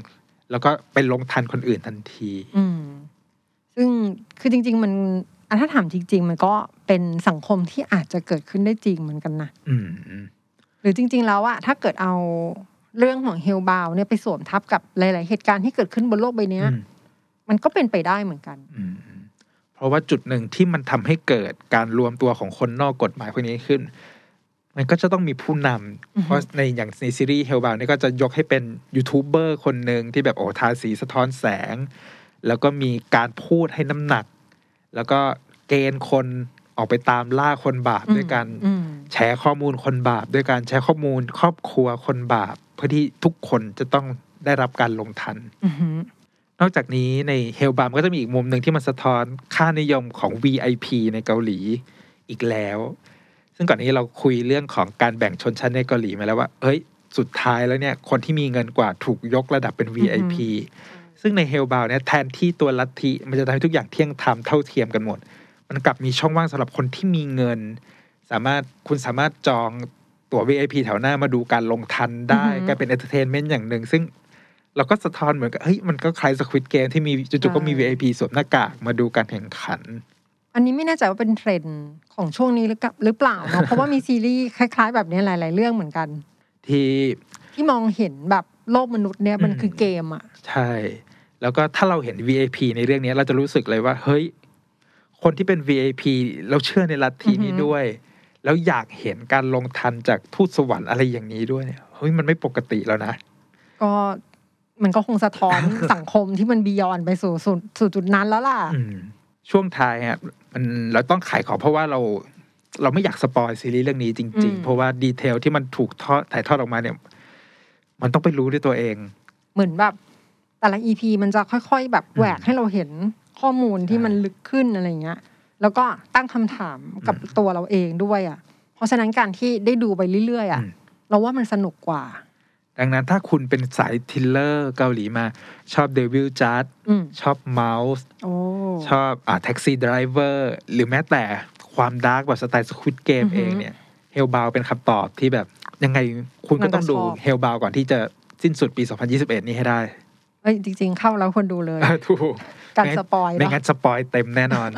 S4: แล้วก็ไปลงทันคนอื่นทันที
S5: อืมซึ่งคือจริง ๆ มันอ่ะถ้าถามจริง ๆ มันก็เป็นสังคมที่อาจจะเกิดขึ้นได้จริงเหมือนกันนะ
S4: อืมอืม
S5: หรือจริง ๆ แล้วอะถ้าเกิดเอาเรื่องของเฮลบาวเนี่ยไปสวมทับกับหลาย ๆ เหตุการณ์ที่เกิดขึ้นบนโลกใบเนี้ย
S4: อืม
S5: มันก็เป็นไปได้เหมือนกัน
S4: อืมเพราะว่าจุดหนึ่งที่มันทำให้เกิดการรวมตัวของคนนอกกฎหมายพวกนี้ขึ้น มันก็จะต้องมีผู้น
S5: อื
S4: ำ
S5: อฮึ
S4: เพราะในอย่างในซีรีส์เฮลบาวนี่ยก็จะยกให้เป็นยูทูบเบอร์คนหนึ่งที่แบบโอ้ทาสีสะท้อนแสง แล้วก็มีการพูดให้น้ำหนัก แล้วก็เกณฑ์คนออกไปตามล่าคนบาปด้วยกัน
S5: อืม
S4: แชร์ข้อมูลคนบาปด้วยการแชร์ข้อมูลครอบครัวคนบาป เพื่อที่ทุกคนจะต้องได้รับการลงทัน
S5: อืม
S4: นอกจากนี้ในเฮลบามก็จะมีอีกมุมหนึ่งที่มันสะท้อนค่านิยมของ VIP ในเกาหลีอีกแล้ว ซึ่งก่อนนี้เราคุยเรื่องของการแบ่งชนชั้นในเกาหลีมาแล้วว่า เอ้ย สุดท้ายแล้วเนี่ย คนที่มีเงินกว่าถูกยกระดับเป็น VIP ซึ่งในเฮลบาวเนี่ยแทนที่ตัวลัทธิมันจะทำให้ทุกอย่างเที่ยงธรรมเท่าเทียมกันหมด มันกลับมีช่องว่างสำหรับคนที่มีเงิน สามารถคุณสามารถจองตั๋ว VIP แถวหน้ามาดูการลงทันได้กลายเป็นเอนเตอร์เทนเมนต์อย่างหนึ่ง ซึ่งเราก็สะท้อนเหมือนกับเฮ้ยมันก็คล้ายสควิตเกมที่มีจู่ๆก็มี VIP สวมหน้ากากมาดูการแข่งขัน
S5: อันนี้ไม่แน่ใจว่าเป็นเทรนด์ของช่วงนี้หรือกับหรือเป ล่าเนอะเพราะว่ามีซีรีส์คล้ายๆ แบบนี้หลาย ๆ เรื่องเหมือนกัน
S4: ที่
S5: ที่มองเห็นแบบโลกมนุษย์เนี่ยมันคือเกมอ่ะ
S4: ใช่ แล้วก็ถ้าเราเห็น VIP ในเรื่องนี้เราจะรู้สึกเลยว่า เฮ้ย คนที่เป็น VIP เราเชื่อในลัทธินี้
S5: อือหือ
S4: ด้วย แล้วอยากเห็นการลงทันจากทูตสวรรค์อะไรอย่างนี้ด้วยเนี่ยเฮ้ยมันไม่ปกติแล้วนะ
S5: ก็มันก็คงสะท้อน สังคมที่มันบียอนไปสู่สู่สู่จุดนั้นแล้วล่ะ
S4: อืมช่วงท้ายฮะมันเราต้องขายของเพราะว่าเราเราไม่อยากสปอยซีรีส์เรื่องนี้จริง
S5: อื
S4: ๆ
S5: ม
S4: เพราะว่าดีเทลที่มันถูกทอดถ่ายทอดออกมาเนี่ย มันต้องไปรู้ด้วยตัวเอง
S5: เหมือนแบบแต่ละ EP มันจะค่อย ๆ แบบแหวกให้เราเห็นข้อมูลที่มันลึกขึ้นอะไรเงี้ย แล้วก็ตั้งคำถามกับตัวเราเองด้วยอ่ะ เพราะฉะนั้นการที่ได้ดูไปเรื่อยๆอ่ะ
S4: อืม
S5: เราว่ามันสนุกกว่า
S4: ดังนั้นถ้าคุณเป็นสายทริลเลอร์เกาหลีมา ชอบเดวิลจัด
S5: อืม
S4: ชอบเมาส์
S5: โอ้
S4: ชอบอ่าแท็กซี่ด i v เวอร์หรือแม้แต่ความดาร์กแบบสไตล์สควิ g เกมเองเนี่ยเฮลบาวเป็นคำตอบที่แบบยังไงคุณก็ต้องดูเฮลบาวก่อนที่จะสิ้นสุดปี 2021 นี้ให้ได้
S5: เอ้ยจริง ๆ เข้าแล้วควรดู เลย
S4: ถูก
S5: การสปอยล์
S4: ไม่
S5: เนาะ
S4: งั้นสปอยเต็มแน่นอน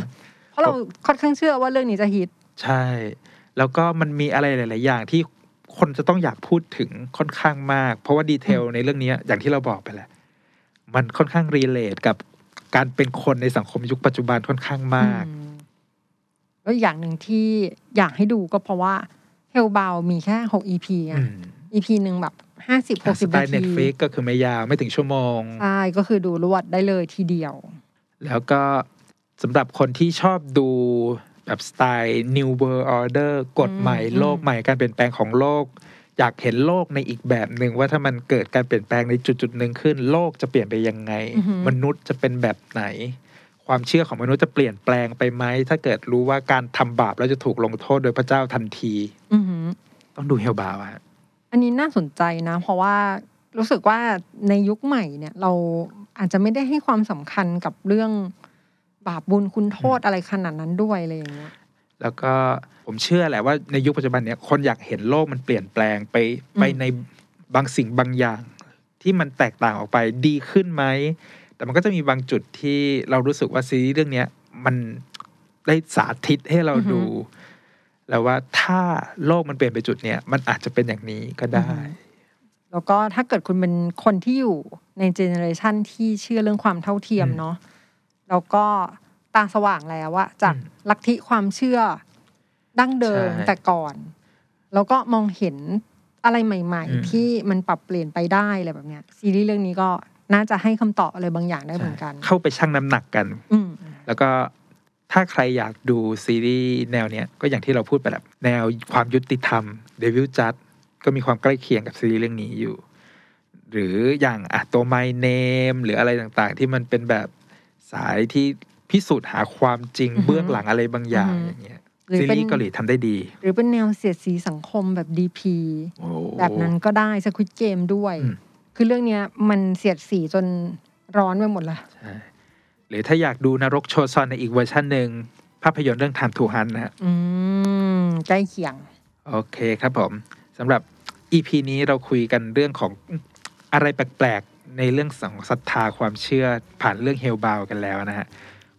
S5: เพราะเราค่อนข้างเชื่อว่าเรื่องนี้จะฮิต
S4: ใช่ แล้วก็มันมีอะไรหลาย ๆ อย่างที่คนจะต้องอยากพูดถึงค่อนข้างมาก เพราะว่าดีเทลในเรื่องนี้อย่างที่เราบอกไปแหละ มันค่อนข้างรีเลทกับการเป็นคนในสังคมยุคปัจจุบันค่อนข้างมาก
S5: อืมแล้วอีกอย่างหนึ่งที่อยากให้ดูก็เพราะว่าเฮลบาวมีแค่หก EP อ่ะ
S4: อืม
S5: EP หนึ่งแบบห้าสิบหก
S4: ส
S5: สิบ
S4: ไต
S5: นา
S4: ล์
S5: ที
S4: Netflix ก็คือไม่ยาวไม่ถึงชั่วโมง
S5: ใช่ก็คือดูรวดได้เลยทีเดียว
S4: แล้วก็สำหรับคนที่ชอบดูแบบสไตล์ New World Order กฎใหม่
S5: อืม
S4: โลกใหม่การเปลี่ยนแปลงของโลก อยากเห็นโลกในอีกแบบหนึ่งว่าถ้ามันเกิดการเปลี่ยนแปลงในจุดจุดๆหนึ่งขึ้น โลกจะเปลี่ยนไปยังไง มนุษย์จะเป็นแบบไหน ความเชื่อของมนุษย์จะเปลี่ยนแปลงไปไหม ถ้าเกิดรู้ว่าการทำบาปแล้วจะถูกลงโทษโดยพระเจ้าทันที
S5: อือหือ
S4: ต้องดูเฮลบาวอะ
S5: อันนี้น่าสนใจนะ เพราะว่ารู้สึกว่าในยุคใหม่เนี่ย เราอาจจะไม่ได้ให้ความสำคัญกับเรื่องบาปบุญคุณโทษอะไรขนาดนั้นด้วยอะไรอย่างเงี้ย
S4: แล้วก็ผมเชื่อแหละว่าในยุคปัจจุบันเนี้ยคนอยากเห็นโลกมันเปลี่ยนแปลงไปไป
S5: อืม
S4: ในบางสิ่งบางอย่าง ที่มันแตกต่างออกไปดีขึ้นไหม แต่มันก็จะมีบางจุดที่เรารู้สึกว่าซีรีส์เรื่องเนี้ยมันได้สาธิตให้เราดู แล้วว่าถ้าโลกมันเปลี่ยนไปจุดเนี้ยมันอาจจะเป็นอย่างนี้ก็ได้
S5: แล้วก็ถ้าเกิดคุณเป็นคนที่อยู่ในเจเนอเรชันที่เชื่อเรื่องความเท่าเทียม
S4: อืม
S5: เนาะแล้วก็ตาสว่างแล้วอะจาก
S4: อืม
S5: ลัทธิความเชื่อดั้งเดิม
S4: ใช่
S5: แต่ก่อน แล้วก็มองเห็นอะไรใหม่
S4: อืม
S5: ๆ ที่มันปรับเปลี่ยนไปได้อะไรแบบเนี้ยซีรีส์เรื่องนี้ก็น่าจะให้คำตอบอะไรบางอย่างได้เหมือนกัน
S4: เข้าไปชั่งน้ำหนักกัน
S5: อืม
S4: แล้วก็ถ้าใครอยากดูซีรีส์แนวเนี้ยก็อย่างที่เราพูดไปแหละแนวความยุติธรรมเดวิลจัดก็มีความใกล้เคียงกับซีรีส์เรื่องนี้อยู่ หรืออย่างอ่ะตัว My Name หรืออะไรต่างๆ ที่มันเป็นแบบสายที่พิสูจน์หาความจริง
S5: อือฮึ
S4: เบื้องหลังอะไรบางอย่าง
S5: อือฮึ
S4: อย่างเงี้ย
S5: หรือ
S4: ซี
S5: เป็น
S4: รีส์เกาหลีทำได้ดี
S5: หรือเป็นแนวเสียดสีสังคมแบบดีพี
S4: โอ้
S5: แบบนั้นก็ได้สควิตเกมด้วย
S4: อืม
S5: คือเรื่องเนี้ยมันเสียดสีจนร้อนไปหมดละ
S4: ใช่หรือถ้าอยากดูนรกโชซอนในอีกเวอร์ชันหนึ่งภาพยนตร์เรื่อง Time to Hunt นะฮะ
S5: อืม ใกล้เคียง
S4: โอเคครับผมสำหรับ EP นี้เราคุยกันเรื่องของอะไรแปลกๆ ในเรื่องของศรัทธาความเชื่อผ่านเรื่องเฮลบาวกันแล้วนะฮะ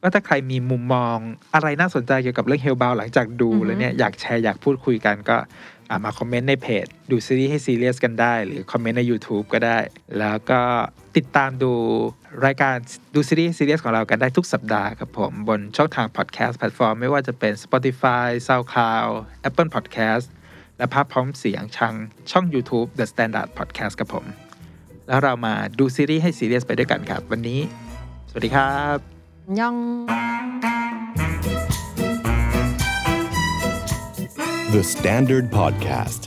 S4: ก็ถ้าใครมีมุมมองอะไรน่าสนใจเกี่ยวกับเรื่องเฮลบาวหลังจากดู
S5: อือฮึ
S4: แล้วเนี่ยอยากแชร์อยากพูดคุยกันก็อ่ะมาคอมเมนต์ในเพจ ดูซีรีส์ให้ซีเรียสกันได้ หรือคอมเมนต์ใน YouTube ก็ได้ แล้วก็ติดตามดูรายการดูซีรีส์ให้ซีเรียสของเรากันได้ทุกสัปดาห์ครับผมบนช่องทางพอดแคสต์แพลตฟอร์มไม่ว่าจะเป็น Spotify SoundCloud Apple Podcast และภาพพร้อมเสียงชังช่อง YouTube The Standard Podcast กับผม แล้วเรามาดูซีรีส์ให้ซีเรียสไปด้วยกันครับ วันนี้ สวัสดีครับ
S5: ย่อง
S3: 「
S2: The Standard Podcast,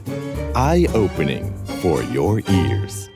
S2: eye opening for your ears.